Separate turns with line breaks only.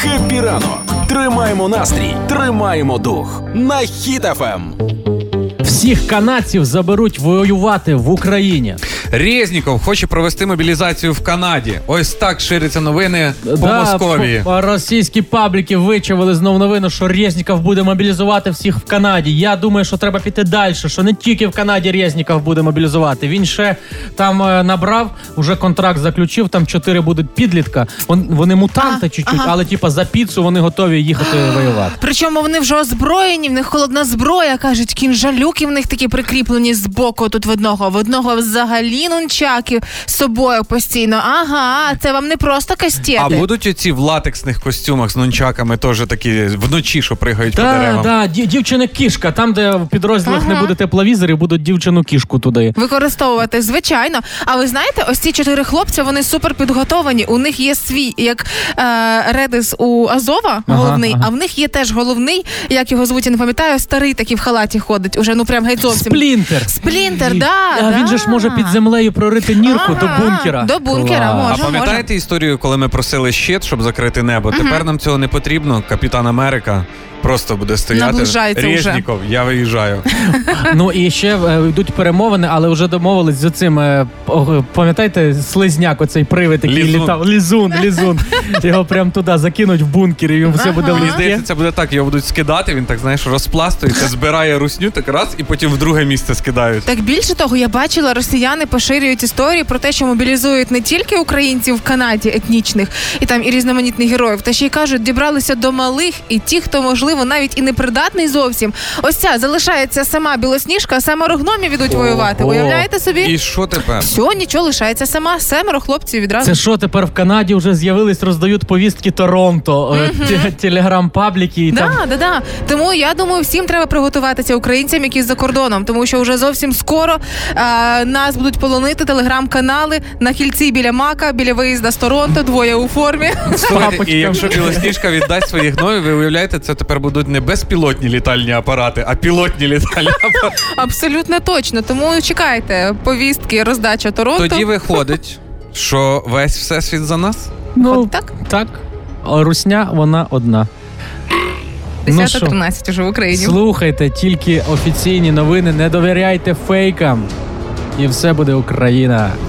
Хеппі ранок! Тримаємо настрій, тримаємо дух на Ем. хітафем.
Всіх канадців заберуть воювати в Україні.
Резніков хоче провести мобілізацію в Канаді. Ось так ширяться новини по Московії.
по- по- Російські пабліки вичавили знов новину, що Резніков буде мобілізувати всіх в Канаді. Я думаю, що треба піти далі, що не тільки в Канаді Резніков буде мобілізувати. Він ще там е, набрав, уже контракт заключив, там чотири будуть підлітка. Вон- Вони мутанти
А,
чуть-чуть,
ага.
але типа за піцу вони готові їхати воювати.
Причому вони вже озброєні, в них холодна зброя, кажуть, кінжалюки в них такі прикріплені з боку тут в одного. В одного взагалі нунчаки з собою постійно. Ага, це вам не просто кастети.
А будуть оці в латексних костюмах з нунчаками теж такі вночі, що пригають по
Так,
деревам.
да, дів- дівчина кішка. Там, де в підрозділах не
Ага.
буде тепловізорів, будуть дівчину кішку туди.
Використовувати звичайно. А ви знаєте, ось ці чотири хлопця вони супер підготовані. У них є свій як е, редис у Азова,
Ага,
головний.
ага.
А в них є теж головний, як його звуть, я не пам'ятаю. Старий такий в халаті ходить. Уже ну прям геть зовсім.
Сплінтер.
Сплінтер, да,
А
да.
він же ж може під землею прорити нірку
Ага,
до бункера.
до бункера
Клас.
А
може.
пам'ятаєте історію, коли ми просили щит, щоб закрити небо? Тепер нам цього не потрібно. Капітан Америка просто буде стояти.
Наближається вже.
Резніков, я виїжджаю.
Ну і ще е, йдуть перемовини, але вже домовились з цим. е, о, Пам'ятаєте, слизняк, оцей привид, який
Лізун.
літав. Лізун, лізун. Його прям туди закинуть в бункер, і йому все буде
Мені
лізти.
здається, це буде так. Його будуть скидати. Він так знаєш, розпластується, збирає русню, так раз і потім в друге місце скидають.
Так більше того, я бачила, росіяни поширюють історії про те, що мобілізують не тільки українців в Канаді етнічних і там і різноманітних героїв, та ще й кажуть, дібралися до малих і ті, хто можливо навіть і не придатний зовсім. Ось ця залишається сама білосніжка, а семеро гномів ідуть воювати.
Ого.
Уявляєте собі?
І що тепер?
Все, нічого лишається сама. Семеро хлопців відразу.
Це що тепер в Канаді вже з'явились, роздають повістки Торонто, е, те- телеграм-пабліки і
Да,
там.
да, да. Тому я думаю, всім треба приготуватися українцям, які за кордоном, тому що вже зовсім скоро е, нас будуть полонити телеграм-канали на кільці біля мака, біля виїзда з Торонто, двоє у формі.
Слухайте,
Папочка.
і якщо білосніжка віддасть своїх гномів, ви уявляєте, це тепер будуть не безпілотні літальні апарати, а пілотні літальні апарати.
Абсолютно точно. Тому чекайте повістки, роздача Торонто.
Тоді виходить, що весь всесвіт за нас.
Ну
От так?
так. А Русня, вона одна. Ну що?
10-13 уже в Україні.
Слухайте тільки офіційні новини, не довіряйте фейкам. І все буде Україна.